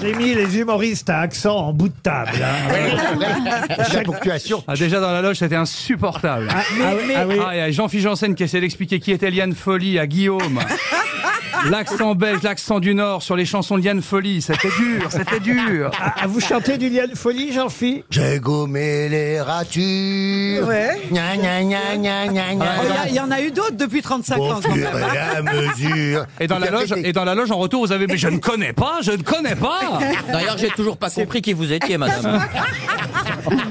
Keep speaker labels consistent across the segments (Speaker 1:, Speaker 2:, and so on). Speaker 1: J'ai mis les humoristes à accent en bout de table. hein.
Speaker 2: La ponctuation.
Speaker 3: Ah, déjà dans la loge, c'était insupportable. Ah, il y a Jean-Philippe Janssen qui essaie d'expliquer qui était Liane Folly à Guillaume. L'accent belge, l'accent du Nord sur les chansons de Liane Folly, c'était dur, c'était dur.
Speaker 1: Ah, vous chantez du lien de folie, Jean-Phi
Speaker 2: J'ai gommé les ratures.
Speaker 4: Ouais.
Speaker 2: Gna, gna, gna, gna, gna, gna.
Speaker 5: Ah,
Speaker 4: Oh, Il y a- il y, en a eu d'autres depuis 35
Speaker 2: Au
Speaker 4: ans. quand
Speaker 2: fur
Speaker 4: même.
Speaker 2: et à mesure.
Speaker 3: Et dans, la loge, et dans la loge, en retour, vous avez, mais je ne connais pas, je ne connais pas.
Speaker 6: D'ailleurs, j'ai toujours pas compris qui vous étiez, madame.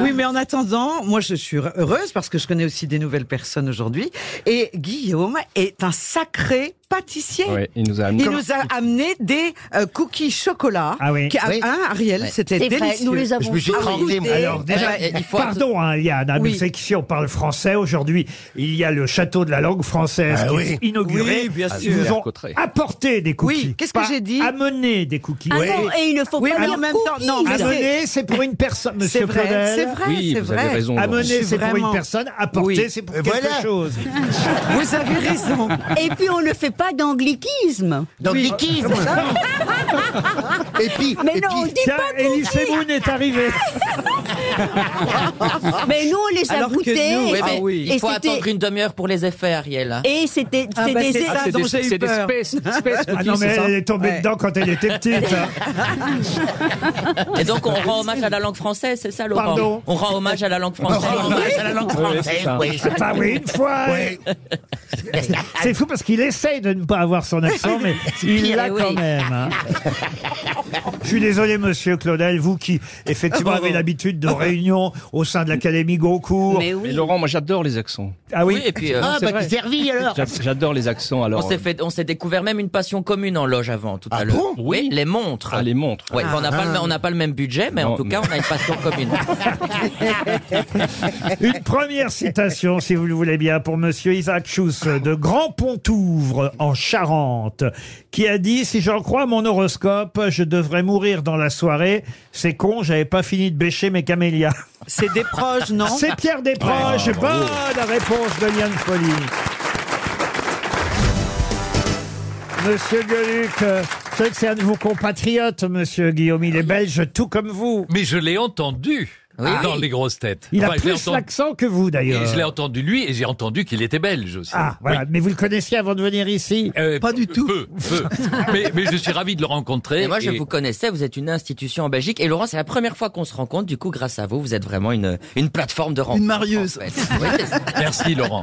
Speaker 4: Oui, mais en attendant, moi je suis heureuse parce que je connais aussi des nouvelles personnes aujourd'hui. Et Guillaume est un sacré pâtissier.
Speaker 7: Ouais, il nous a amené.
Speaker 4: Il nous a amené des euh, cookies chocolat.
Speaker 1: Ah oui.
Speaker 4: Qui-
Speaker 2: Oui.
Speaker 4: Hein, Ariel, c'était
Speaker 8: C'est vrai,
Speaker 4: délicieux.
Speaker 8: nous les
Speaker 2: Je
Speaker 8: avons
Speaker 2: me suis
Speaker 8: tous
Speaker 2: trempé,
Speaker 8: goûtés.
Speaker 2: moi. Alors,
Speaker 4: déjà,
Speaker 6: Eh, il faut absolu-
Speaker 1: Pardon, hein, Yann, hein, mais
Speaker 4: Oui.
Speaker 1: c'est qu'ici on parle français. Aujourd'hui, il y a le château de la langue française
Speaker 2: Ah
Speaker 1: qui
Speaker 2: oui.
Speaker 1: est inauguré.
Speaker 4: Oui, bien
Speaker 1: Ils
Speaker 4: sûr.
Speaker 1: nous ont
Speaker 7: Cotteret.
Speaker 1: apporté des cookies.
Speaker 4: Oui, qu'est-ce que
Speaker 1: Pas
Speaker 4: j'ai dit
Speaker 1: Amené des cookies.
Speaker 8: Ah
Speaker 2: Oui.
Speaker 8: non, et il ne faut
Speaker 4: Oui,
Speaker 8: pas
Speaker 4: mais en
Speaker 8: dire
Speaker 4: même temps,
Speaker 8: cookies.
Speaker 4: non, mais c'est-
Speaker 1: Amener, c'est pour une personne,
Speaker 4: C'est
Speaker 1: monsieur
Speaker 4: vrai,
Speaker 1: Claudel.
Speaker 4: c'est vrai,
Speaker 7: Oui,
Speaker 4: Ah, c'est
Speaker 7: vous
Speaker 4: vrai.
Speaker 7: avez raison. Laurent.
Speaker 1: Amener,
Speaker 4: Je
Speaker 1: c'est
Speaker 4: suis
Speaker 1: pour une
Speaker 4: vraiment-
Speaker 1: personne. Apporter,
Speaker 4: Oui.
Speaker 1: c'est pour
Speaker 2: Et
Speaker 1: quelque
Speaker 2: voilà.
Speaker 1: chose.
Speaker 4: Vous avez raison. Ah,
Speaker 8: Et puis on ne fait pas d'anglicisme.
Speaker 2: Donc,
Speaker 4: Oui.
Speaker 2: qui Et puis,
Speaker 8: Mais
Speaker 2: et
Speaker 8: non, on
Speaker 2: puis,
Speaker 8: dit
Speaker 1: Tiens,
Speaker 8: pas
Speaker 1: Elie
Speaker 8: cookies.
Speaker 1: Semoun est arrivée.
Speaker 8: Mais nous, on les a
Speaker 4: Alors que
Speaker 8: goûtés.
Speaker 4: nous,
Speaker 6: Oui,
Speaker 8: et-
Speaker 4: Ah
Speaker 6: mais
Speaker 4: oui.
Speaker 6: Il faut
Speaker 8: et c'était-
Speaker 6: attendre une demi-heure pour les effets, Ariel. hein.
Speaker 8: Et c'était
Speaker 4: Ah,
Speaker 8: c'est
Speaker 4: bah,
Speaker 8: des
Speaker 4: c'est
Speaker 8: effets-
Speaker 4: ça
Speaker 7: C'est
Speaker 4: dont
Speaker 7: des,
Speaker 4: j'ai eu
Speaker 7: c'est des
Speaker 4: peur.
Speaker 7: space, space
Speaker 1: Ah
Speaker 7: cookies,
Speaker 1: non, mais
Speaker 7: c'est ça
Speaker 1: elle est tombée
Speaker 4: Ouais.
Speaker 1: dedans quand elle était petite. hein.
Speaker 6: Et donc, on rend hommage à la langue française, c'est ça, Laurent
Speaker 1: Pardon
Speaker 6: On rend hommage à la langue
Speaker 2: on
Speaker 6: française.
Speaker 2: rend hommage à la langue française. oui.
Speaker 1: Enfin, Ah bah oui, une fois.
Speaker 2: Oui.
Speaker 1: C'est fou parce qu'il essaye de ne pas avoir son accent, mais il
Speaker 8: pire,
Speaker 1: l'a
Speaker 8: eh
Speaker 1: quand
Speaker 8: oui.
Speaker 1: même. hein. Je suis désolé, monsieur Claudel, vous qui effectivement avez l'habitude de réunions au sein de l'Académie Goncourt.
Speaker 8: Mais oui.
Speaker 7: Mais Laurent, moi j'adore les accents.
Speaker 1: Ah
Speaker 6: Oui,
Speaker 1: oui,
Speaker 6: et puis, euh,
Speaker 2: Ah,
Speaker 7: c'est
Speaker 2: bah,
Speaker 7: vrai.
Speaker 2: t'es servi alors.
Speaker 7: J'a- J'adore les accents.
Speaker 6: on
Speaker 7: Alors,
Speaker 6: s'est fait, on s'est découvert même une passion commune en loge avant, tout à
Speaker 2: Ah
Speaker 6: l'heure.
Speaker 2: bon
Speaker 6: oui, les montres.
Speaker 7: ah, les montres.
Speaker 6: Ouais, on n'a pas, le- on n'a pas le même budget, mais en
Speaker 7: Non,
Speaker 6: tout
Speaker 7: mais-
Speaker 6: cas, on a une passion commune.
Speaker 1: une première citation, si vous le voulez bien, pour monsieur Isaac Schuss de Grand Pontouvre en Charente, qui a dit Si j'en crois mon horoscope, je devrais mourir dans la soirée. C'est con, j'avais pas fini de bêcher mes camélias.
Speaker 4: C'est des proches, non
Speaker 1: C'est Pierre Desproges. Bonne réponse de Liane Folly. Monsieur Gueluc, euh, je sais que c'est un de vos compatriotes, monsieur Guillaume.
Speaker 9: Ah,
Speaker 1: Il est belge tout comme vous.
Speaker 9: Mais je l'ai entendu
Speaker 6: Oui.
Speaker 9: dans les grosses têtes.
Speaker 1: Il a
Speaker 9: Enfin, je l'ai
Speaker 1: plus
Speaker 9: entendu-
Speaker 1: l'accent que vous, d'ailleurs.
Speaker 9: et je l'ai entendu lui et j'ai entendu qu'il était belge aussi.
Speaker 1: Ah, voilà. Mais vous le connaissiez avant de venir ici
Speaker 9: pas du tout. Peu, peu. mais, mais je suis ravi de le rencontrer.
Speaker 6: Et moi, je
Speaker 9: et-
Speaker 6: vous connaissais, vous êtes une institution en Belgique. Et Laurent, c'est la première fois qu'on se rencontre. Du coup, grâce à vous, vous êtes vraiment une, une plateforme de rencontre. Une marieuse.
Speaker 9: Merci Laurent.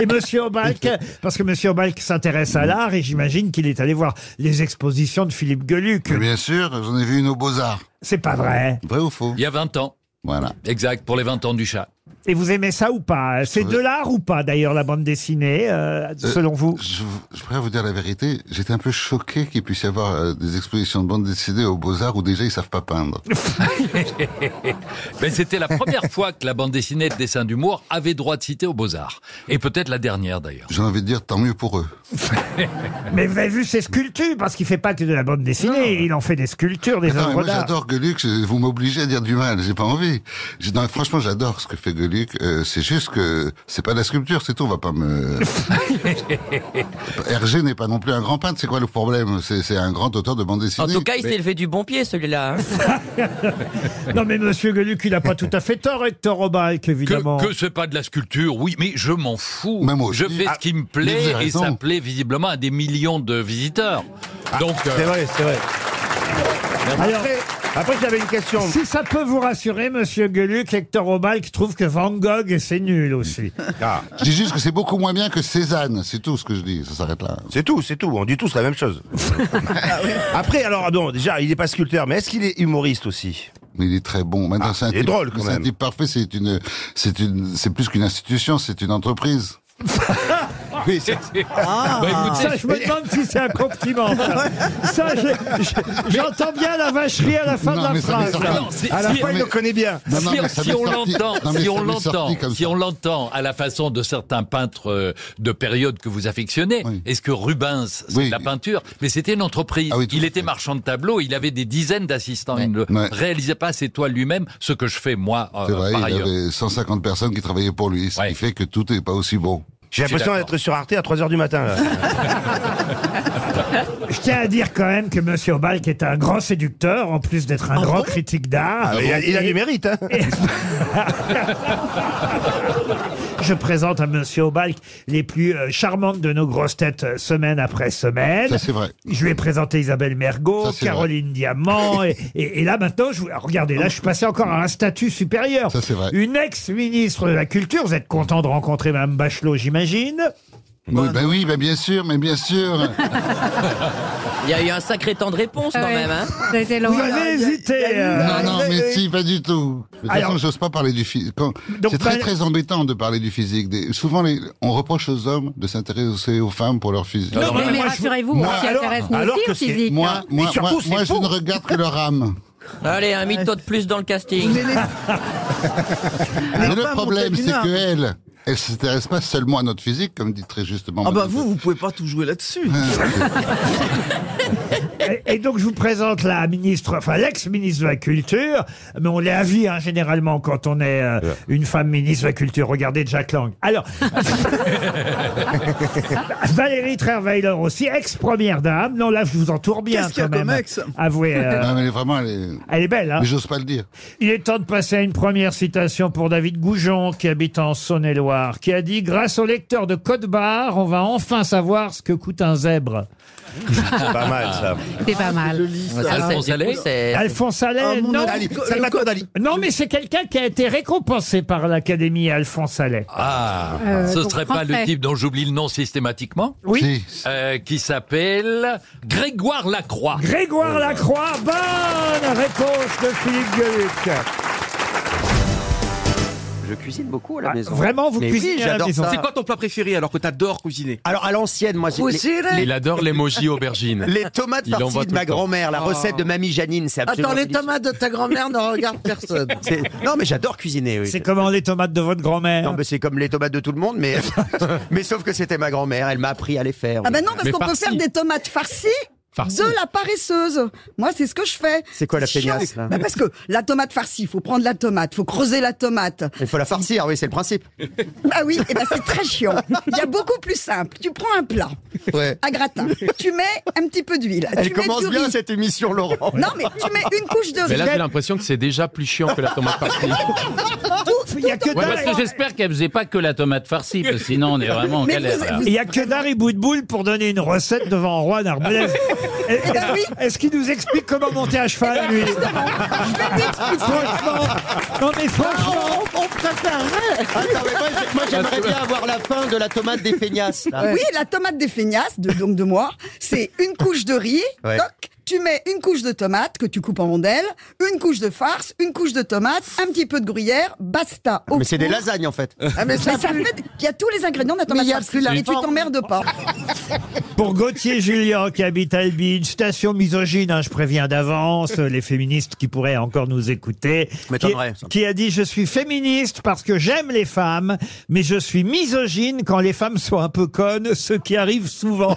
Speaker 1: Et monsieur Obalk, parce que monsieur Obalk s'intéresse à l'art et j'imagine qu'il est allé voir les expositions de Philippe Gueluc.
Speaker 10: Mais Bien sûr, j'en ai vu une aux Beaux-Arts.
Speaker 1: C'est pas vrai.
Speaker 10: Vrai ou faux
Speaker 9: Il y a 20 ans.
Speaker 10: Voilà.
Speaker 9: Exact, pour les 20 ans du chat.
Speaker 1: Et vous aimez ça ou pas C'est de l'art ou pas, d'ailleurs, la bande dessinée, euh, selon vous
Speaker 10: Je, je préfère vous dire la vérité, j'étais un peu choqué qu'il puisse y avoir euh, des expositions de bande dessinée aux Beaux-Arts où déjà ils savent pas peindre.
Speaker 9: Mais c'était la première fois que la bande dessinée de dessin d'humour avait droit de citer aux Beaux-Arts. Et peut-être la dernière d'ailleurs.
Speaker 10: J'ai envie de dire tant mieux pour eux.
Speaker 1: Mais vous avez vu ses sculptures, parce qu'il fait pas que de la bande dessinée, il en fait des sculptures, des
Speaker 10: Attends, mais
Speaker 1: œuvres
Speaker 10: moi
Speaker 1: d'art.
Speaker 10: j'adore Gueluc, je- vous m'obligez à dire du mal, j'ai pas envie. J'ai- non, franchement j'adore ce que fait Gueluc, euh, c'est juste que c'est pas de la sculpture, c'est tout, on va pas me... Hergé n'est pas non plus un grand peintre, c'est quoi le problème C'est c'est un grand auteur de bande dessinée.
Speaker 6: En tout cas, il s'est levé du bon pied, celui-là. hein.
Speaker 1: Non mais monsieur Gueluc, il a pas tout à fait tort, Hector Obalk, évidemment.
Speaker 9: Que, que c'est pas de la sculpture, oui, mais je m'en fous.
Speaker 10: Mais moi aussi. Ah,
Speaker 9: je fais ce qui me
Speaker 10: mais vous
Speaker 9: plaît
Speaker 10: avez
Speaker 9: et ça
Speaker 10: raison. Ah,
Speaker 9: plaît visiblement à des millions de visiteurs. Donc, euh,
Speaker 5: vrai, c'est vrai.
Speaker 1: Alors,
Speaker 5: Après, j'avais une question.
Speaker 1: si ça peut vous rassurer, monsieur Gueluc, Hector Obalk trouve que Van Gogh, c'est nul aussi.
Speaker 5: Ah,
Speaker 10: Je dis juste que c'est beaucoup moins bien que Cézanne, c'est tout ce que je dis, ça s'arrête là.
Speaker 5: C'est tout, c'est tout. On dit tous la même chose. Ah Après, alors, bon, déjà, il est pas sculpteur, mais est-ce qu'il est humoriste aussi
Speaker 10: Mais il est très bon. Maintenant,
Speaker 5: Ah,
Speaker 10: c'est un
Speaker 5: il est
Speaker 10: type-
Speaker 5: drôle, quand
Speaker 10: c'est un
Speaker 5: même.
Speaker 10: type parfait. C'est une, c'est une, c'est plus qu'une institution, c'est une entreprise.
Speaker 5: Oui, c'est
Speaker 9: bah,
Speaker 10: Ah,
Speaker 9: écoutez,
Speaker 1: Ça, je me demande si c'est un compliment. Ça, Ça, j'ai- j'ai- j'entends bien la vacherie à la fin
Speaker 10: Non,
Speaker 1: de la
Speaker 10: mais ça
Speaker 1: phrase.
Speaker 10: m'étonne
Speaker 1: là.
Speaker 10: pas.
Speaker 9: non, si-
Speaker 5: À la
Speaker 9: si-
Speaker 5: fois, il
Speaker 10: mais-
Speaker 5: le connaît bien.
Speaker 10: Non, non,
Speaker 9: si,
Speaker 10: mais ça
Speaker 9: si
Speaker 10: m'est
Speaker 9: on
Speaker 10: sorti-
Speaker 9: l'entend,
Speaker 10: non, mais
Speaker 9: si
Speaker 10: ça
Speaker 9: on
Speaker 10: m'est
Speaker 9: l'entend,
Speaker 10: sorti comme
Speaker 9: si
Speaker 10: ça.
Speaker 9: on l'entend à la façon de certains peintres euh, de période que vous affectionnez,
Speaker 10: Oui.
Speaker 9: est-ce que Rubens, c'est
Speaker 10: Oui.
Speaker 9: de la peinture, mais c'était une entreprise.
Speaker 10: Ah oui, tout
Speaker 9: il
Speaker 10: à
Speaker 9: était
Speaker 10: fait.
Speaker 9: marchand de tableaux, il avait des dizaines d'assistants, il ne
Speaker 10: Ouais.
Speaker 9: réalisait pas ses toiles lui-même, ce que je fais moi euh,
Speaker 10: C'est vrai,
Speaker 9: par
Speaker 10: il
Speaker 9: ailleurs.
Speaker 10: avait 150 personnes qui travaillaient pour lui, ce
Speaker 9: Ouais.
Speaker 10: qui fait que tout n'est pas aussi bon.
Speaker 5: J'ai l'impression
Speaker 9: d'accord.
Speaker 5: d'être sur Arte à 3h du matin. là.
Speaker 1: Je tiens à dire quand même que Monsieur Obalik est un grand séducteur, en plus d'être un grand critique d'art.
Speaker 2: Ah, mais il a- il a du mérite, hein.
Speaker 1: Je présente à Monsieur Obalik les plus euh, charmantes de nos grosses têtes euh, semaine après semaine.
Speaker 10: Ça, c'est vrai.
Speaker 1: Je lui ai présenté Isabelle Mergot,
Speaker 10: Ça, c'est
Speaker 1: Caroline Diamant, et, et- et là maintenant, je, vous- alors, regardez, là je suis passé encore à un statut supérieur.
Speaker 10: Ça, c'est vrai.
Speaker 1: Une ex-ministre de la Culture, vous êtes content de rencontrer Mme Bachelot, j'imagine
Speaker 10: Oui, bah oui, bah bien sûr, mais bien sûr.
Speaker 6: Il y a eu un sacré temps de réponse
Speaker 4: Ah,
Speaker 6: quand même. Hein.
Speaker 1: Vous avez hésité euh,
Speaker 10: Non, non, mais si, pas du tout. Ah, De toute
Speaker 1: Alors-
Speaker 10: façon, j'ose pas parler du physique.
Speaker 1: Donc,
Speaker 10: C'est très,
Speaker 1: bah-
Speaker 10: très embêtant de parler du physique. Des- Souvent, les- on reproche aux hommes de s'intéresser aux femmes pour leur physique.
Speaker 1: Non, mais moi, je-
Speaker 4: rassurez-vous,
Speaker 10: Moi,
Speaker 4: on s'y
Speaker 2: alors-
Speaker 4: intéresse nous
Speaker 2: alors
Speaker 4: aussi
Speaker 2: que
Speaker 4: au
Speaker 2: c'est-
Speaker 4: physique.
Speaker 10: Moi,
Speaker 4: hein.
Speaker 10: moi,
Speaker 2: Et surtout,
Speaker 10: moi,
Speaker 2: c'est
Speaker 10: moi, je
Speaker 2: faux.
Speaker 10: ne regarde que leur âme.
Speaker 6: Allez, un mytho de plus dans le casting.
Speaker 10: Mais
Speaker 11: pas
Speaker 10: le problème,
Speaker 11: Montaigne,
Speaker 10: c'est
Speaker 11: hein.
Speaker 10: qu'elle, elle ne s'intéresse pas seulement à notre physique, comme dit très justement.
Speaker 11: Ah bah
Speaker 10: Madame
Speaker 11: vous, vous pouvez pas tout jouer là-dessus.
Speaker 1: et, et donc je vous présente la ministre, enfin l'ex-ministre de la Culture, mais on l'est à vie hein, généralement quand on est euh, une femme ministre de la Culture. Regardez Jack Lang. Alors, Valérie Trierweiler aussi, ex-première dame. Non, là je vous entoure bien
Speaker 4: Qu'est-ce qu'il y a
Speaker 1: quand même.
Speaker 4: comme ex
Speaker 1: Avouez, euh,
Speaker 10: Non, mais elle est vraiment, elle est-
Speaker 1: elle est belle. Hein
Speaker 10: mais j'ose pas le dire.
Speaker 1: il est temps de passer à une première citation pour David Goujon, qui habite en Saône-et-Loire, qui a dit Grâce au lecteur de Code-Barre, on va enfin savoir ce que coûte un zèbre.
Speaker 2: Pas mal, ça.
Speaker 4: C'est pas mal.
Speaker 6: Ça, c'est- du coup,
Speaker 1: Ah,
Speaker 6: c'est-
Speaker 1: Alphonse
Speaker 11: Ah,
Speaker 4: Ah,
Speaker 1: Allais, non
Speaker 2: Dali, Salvatore Dali.
Speaker 1: Non, mais c'est quelqu'un qui a été récompensé par l'Académie Alphonse Allais.
Speaker 12: Ah,
Speaker 4: Euh,
Speaker 12: ce
Speaker 4: donc
Speaker 12: serait pas le
Speaker 4: français.
Speaker 12: type dont j'oublie le nom systématiquement,
Speaker 1: Oui.
Speaker 10: Si.
Speaker 12: euh, qui s'appelle Grégoire Lacroix.
Speaker 1: Grégoire Lacroix, bonne réponse de Philippe Gueluc.
Speaker 13: Je cuisine beaucoup à la
Speaker 1: Ah,
Speaker 13: maison.
Speaker 1: vraiment, vous
Speaker 13: Mais
Speaker 1: cuisinez
Speaker 13: oui,
Speaker 1: à la
Speaker 13: j'adore
Speaker 1: maison.
Speaker 13: ça.
Speaker 1: C'est
Speaker 13: quoi ton plat préféré alors que t'adores cuisiner Alors à l'ancienne, moi j'ai
Speaker 11: Cuisiner
Speaker 13: les,
Speaker 14: Il adore l'emoji aubergine.
Speaker 13: les- les tomates
Speaker 14: Il en voit
Speaker 13: farcies
Speaker 14: tout
Speaker 13: de ma
Speaker 14: le temps.
Speaker 13: grand-mère, la recette de mamie Janine, c'est absolument
Speaker 4: Attends, les
Speaker 13: délicieux.
Speaker 4: tomates de ta grand-mère ne regardent personne.
Speaker 13: C'est- Non mais j'adore cuisiner. Oui.
Speaker 1: C'est comment les tomates de votre
Speaker 13: Non,
Speaker 1: grand-mère
Speaker 13: mais c'est comme les tomates de tout le monde, mais, mais sauf que c'était ma grand-mère, elle m'a appris à les faire.
Speaker 4: Ah
Speaker 13: oui.
Speaker 4: ben non, parce
Speaker 14: Mais
Speaker 4: qu'on peut
Speaker 14: farci.
Speaker 4: faire des tomates farcies.
Speaker 14: Farci.
Speaker 4: De la paresseuse. Moi, c'est ce que je fais.
Speaker 13: C'est quoi la
Speaker 4: chiant.
Speaker 13: feignasse, là
Speaker 4: Bah, Parce que la tomate farcie, il faut prendre la tomate, faut creuser la tomate.
Speaker 13: Il faut la farcir, oui, c'est le principe.
Speaker 4: Bah oui, et ben c'est très chiant. Il y a beaucoup plus simple. Tu prends un plat
Speaker 13: Ouais.
Speaker 4: à gratin, tu mets un petit peu d'huile,
Speaker 13: Elle
Speaker 4: tu mets
Speaker 13: commence
Speaker 4: du
Speaker 13: bien
Speaker 4: riz.
Speaker 13: cette émission, Laurent.
Speaker 4: Non mais tu mets une couche de
Speaker 14: Mais
Speaker 4: riz.
Speaker 14: là, j'ai l'impression que c'est déjà plus chiant que la tomate farcie.
Speaker 1: Il n'y a que
Speaker 9: Ouais,
Speaker 1: dalle.
Speaker 9: parce que j'espère qu'elle faisait pas que la tomate farcie, parce que sinon on est vraiment en
Speaker 4: Mais
Speaker 9: galère.
Speaker 4: vous-
Speaker 9: là.
Speaker 4: vous-
Speaker 1: Il y a que Dari bout de boule pour donner une recette devant Roi d'Arbalèze. Est-ce
Speaker 4: ben oui.
Speaker 1: est-ce qu'il nous explique comment monter à cheval, lui Franchement, non mais franchement,
Speaker 13: Attends, mais moi, j'ai- moi, j'aimerais bien avoir la fin de la tomate des feignasses. là.
Speaker 4: Oui, la tomate des feignasses, de, donc de moi, c'est une couche de riz,
Speaker 13: Ouais.
Speaker 4: toc, tu mets une couche de tomate que tu coupes en rondelles, une couche de farce, une couche de tomate, un petit peu de gruyère, basta. Au
Speaker 13: Mais c'est des
Speaker 4: four. Ah,
Speaker 13: lasagnes en fait.
Speaker 4: Mais ça fait, il y a tous les ingrédients de la tomate farcie, et tu t'emmerdes pas.
Speaker 1: pour Gauthier Julien qui habite Albi, une station misogyne, hein, je préviens d'avance, euh, les féministes qui pourraient encore nous écouter, qui,
Speaker 13: m'étonnerais, ça.
Speaker 1: qui a dit je suis féministe parce que j'aime les femmes, mais je suis misogyne quand les femmes sont un peu connes, ce qui arrive souvent.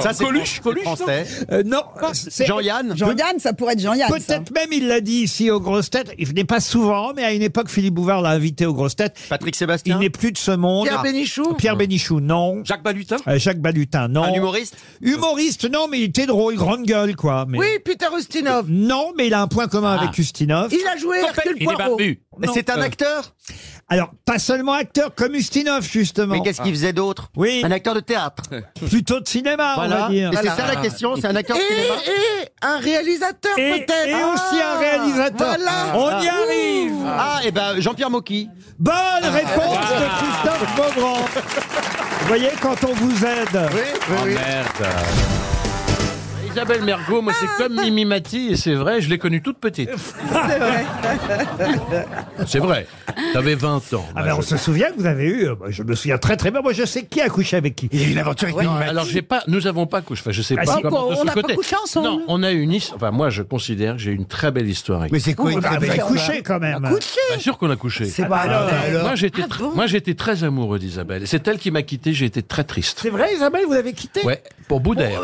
Speaker 13: Ça, c'est Coluche, Coluche. Français.
Speaker 1: Euh, non, c'est-
Speaker 13: Jean-Yann.
Speaker 4: Jean-Yann, ça pourrait être Jean-Yann. ça.
Speaker 1: Peut-être même il l'a dit ici aux grosses têtes. Il n'est pas souvent, mais à une époque, Philippe Bouvard l'a invité aux grosses têtes.
Speaker 13: Patrick
Speaker 1: Il
Speaker 13: Sébastien.
Speaker 1: n'est plus de ce monde.
Speaker 4: Pierre Bénichou
Speaker 1: Pierre Bénichou, non.
Speaker 13: Jacques Balutin.
Speaker 1: Euh, Jacques Balutin, non.
Speaker 13: Un humoriste
Speaker 1: Humoriste, non, mais il était drôle, grande gueule, quoi. Mais...
Speaker 4: Oui, Peter Ustinov.
Speaker 1: Non, mais il a un point commun avec Ustinov.
Speaker 4: Il a joué Hercule
Speaker 9: Il est
Speaker 4: Poirot.
Speaker 9: barbu.
Speaker 13: Mais C'est un acteur.
Speaker 1: Alors, pas seulement acteur, comme Ustinov, justement.
Speaker 13: Mais qu'est-ce qu'il faisait d'autre
Speaker 1: Oui.
Speaker 13: Un acteur de théâtre.
Speaker 1: Plutôt de cinéma, on va
Speaker 13: Voilà.
Speaker 1: dire.
Speaker 13: Et c'est ça la question, c'est un acteur de cinéma.
Speaker 4: Et, et un réalisateur
Speaker 1: Et,
Speaker 4: peut-être. Ah,
Speaker 1: et aussi un réalisateur.
Speaker 4: Voilà.
Speaker 1: On y arrive.
Speaker 13: Ah, et ben Jean-Pierre Mocky.
Speaker 9: Ah,
Speaker 1: Bonne réponse de Christophe Beaugrand. Vous voyez, quand on vous aide.
Speaker 9: Ah, merde. Bah, Isabelle Mergot, moi c'est comme Mimi Mati, et c'est vrai, je l'ai connue toute petite. C'est vrai. T'avais 20 ans.
Speaker 1: Ah ben, on se souvient que vous avez eu, euh, moi, je me souviens très très bien, moi je sais qui a couché avec qui.
Speaker 2: Il y a eu une aventure avec
Speaker 9: Non,
Speaker 2: Mimi
Speaker 9: alors j'ai pas, nous avons pas couché. Enfin, je sais
Speaker 1: Ah,
Speaker 9: pas.
Speaker 1: si,
Speaker 9: comment- de
Speaker 4: on
Speaker 9: ce
Speaker 4: n'a pas
Speaker 9: côté.
Speaker 4: couché ensemble.
Speaker 9: Non, on a une histoire. Enfin, moi, je considère que j'ai une très belle histoire. Avec
Speaker 2: Mais c'est quoi
Speaker 1: Ah,
Speaker 2: une
Speaker 1: bah,
Speaker 2: très
Speaker 1: vous
Speaker 2: belle
Speaker 1: avez couché quand même.
Speaker 9: Bien sûr qu'on a couché.
Speaker 1: Ah, bah, alors,
Speaker 9: Moi, j'étais, tr- moi, j'étais très amoureux d'Isabelle. Et C'est elle qui m'a quitté. J'ai été très triste.
Speaker 11: euh,
Speaker 1: C'est vrai Isabelle, vous l'avez quitté
Speaker 11: ah.
Speaker 9: Ouais, pour Boudère.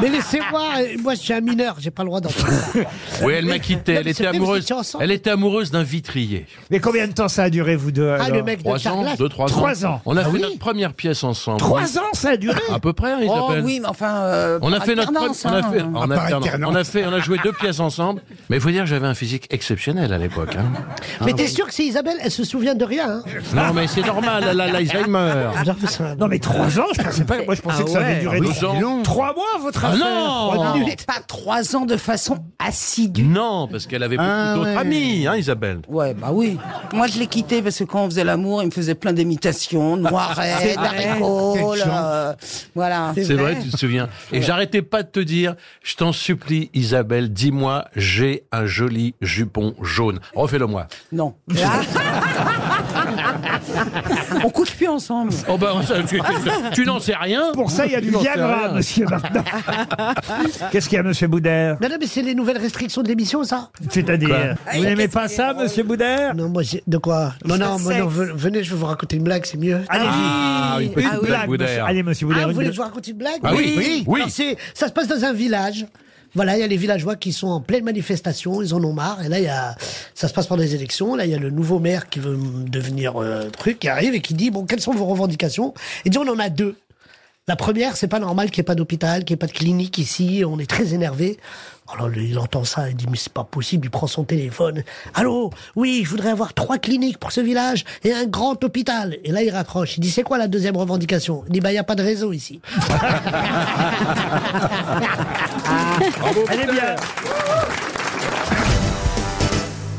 Speaker 13: Mais laissez-moi, euh, moi je suis un mineur, j'ai pas le droit d'entendre ça.
Speaker 2: Oui, elle m'a quitté.
Speaker 13: Non,
Speaker 2: Elle
Speaker 13: mais c'est
Speaker 2: était
Speaker 13: vrai, vous
Speaker 2: amoureuse.
Speaker 13: étiez ensemble.
Speaker 2: Elle était amoureuse d'un vitrier.
Speaker 1: Mais combien de temps ça a duré, vous deux
Speaker 13: Ah,
Speaker 1: alors
Speaker 13: le mec de
Speaker 2: Trois ans,
Speaker 13: Carglass.
Speaker 2: deux, trois, Ah,
Speaker 1: Trois ans.
Speaker 2: On a
Speaker 1: Ah
Speaker 2: fait
Speaker 1: oui.
Speaker 2: notre première pièce ensemble.
Speaker 1: Trois ans, ça a duré
Speaker 2: À peu près,
Speaker 13: Oh,
Speaker 4: Oh,
Speaker 2: Isabelle.
Speaker 15: enfin.
Speaker 4: euh,
Speaker 2: On a fait notre pre- on
Speaker 4: hein.
Speaker 13: hein.
Speaker 2: a fait, en
Speaker 15: Ah, par
Speaker 2: alternance.
Speaker 15: alternance.
Speaker 2: on a fait, on a joué deux pièces ensemble. Mais il faut dire que j'avais un physique exceptionnel à l'époque. hein.
Speaker 13: Mais
Speaker 2: Ah,
Speaker 13: t'es
Speaker 2: bon.
Speaker 13: sûr que c'est Isabelle Elle se souvient de rien. hein
Speaker 2: Non, mais c'est normal, elle a l'Alzheimer.
Speaker 1: Non, mais trois ans, je pensais pas. Moi, je pensais
Speaker 2: Euh. Ah
Speaker 1: que ça avait
Speaker 2: ouais,
Speaker 1: duré
Speaker 2: oui,
Speaker 1: trois
Speaker 2: c'est long.
Speaker 1: Trois mois, votre
Speaker 2: Ah
Speaker 1: affaire.
Speaker 2: non
Speaker 1: Trois mois.
Speaker 15: pas trois ans de façon assidue.
Speaker 2: Non, parce qu'elle avait beaucoup
Speaker 15: Ah
Speaker 2: d'autres
Speaker 15: ouais.
Speaker 2: amis, hein, Isabelle.
Speaker 15: Ouais, bah oui. Moi, je l'ai quitté parce que quand on faisait l'amour, il me faisait plein d'imitations, noirettes,
Speaker 2: C'est vrai.
Speaker 15: haricots,
Speaker 2: Quelle chance.
Speaker 15: euh, voilà.
Speaker 2: C'est vrai, tu te souviens. Et j'arrêtais pas de te dire, je t'en supplie, Isabelle, dis-moi, j'ai un joli jupon jaune. Refais-le-moi.
Speaker 15: Non. on couche plus ensemble.
Speaker 2: Oh ben, ça, tu, tu- tu n'en sais rien.
Speaker 1: Pour ça, il y a
Speaker 2: Tu
Speaker 1: du
Speaker 2: n'en sais
Speaker 1: Viagra,
Speaker 2: rien.
Speaker 1: monsieur Martin. Qu'est-ce qu'il y a, monsieur Boudère
Speaker 13: Non, non, mais c'est les nouvelles restrictions de l'émission, ça
Speaker 1: C'est-à-dire,
Speaker 13: Quoi
Speaker 1: vous n'aimez pas ça, monsieur Boudère
Speaker 13: Non, moi, j'ai- de quoi Non,
Speaker 1: Je
Speaker 13: non, moi,
Speaker 1: sais.
Speaker 13: non, ve- venez, je vais vous raconter une blague, c'est mieux.
Speaker 1: Allez-y.
Speaker 2: Ah, une petite blague, Boudère.
Speaker 1: monsieur- Allez, monsieur
Speaker 13: Ah,
Speaker 1: Boudère.
Speaker 13: vous
Speaker 1: une-
Speaker 13: voulez que je vous raconte une blague
Speaker 1: Ah oui, oui, oui.
Speaker 13: Alors, c'est- Ça se passe dans un village. Voilà, il y a les villageois qui sont en pleine manifestation, ils en ont marre. Et là, il y a, ça se passe pendant les élections. Là, il y a le nouveau maire qui veut devenir euh, truc, qui arrive et qui dit bon, quelles sont vos revendications Il dit on en a deux. La première, c'est pas normal qu'il n'y ait pas d'hôpital, qu'il n'y ait pas de clinique ici. On est très énervé. Alors le- il entend ça, il dit mais c'est pas possible. Il prend son téléphone. Allô, oui, je voudrais avoir trois cliniques pour ce village et un grand hôpital. Et là il raccroche. Il dit c'est quoi la deuxième revendication Il dit bah il y a pas de réseau ici.
Speaker 1: Elle est bien.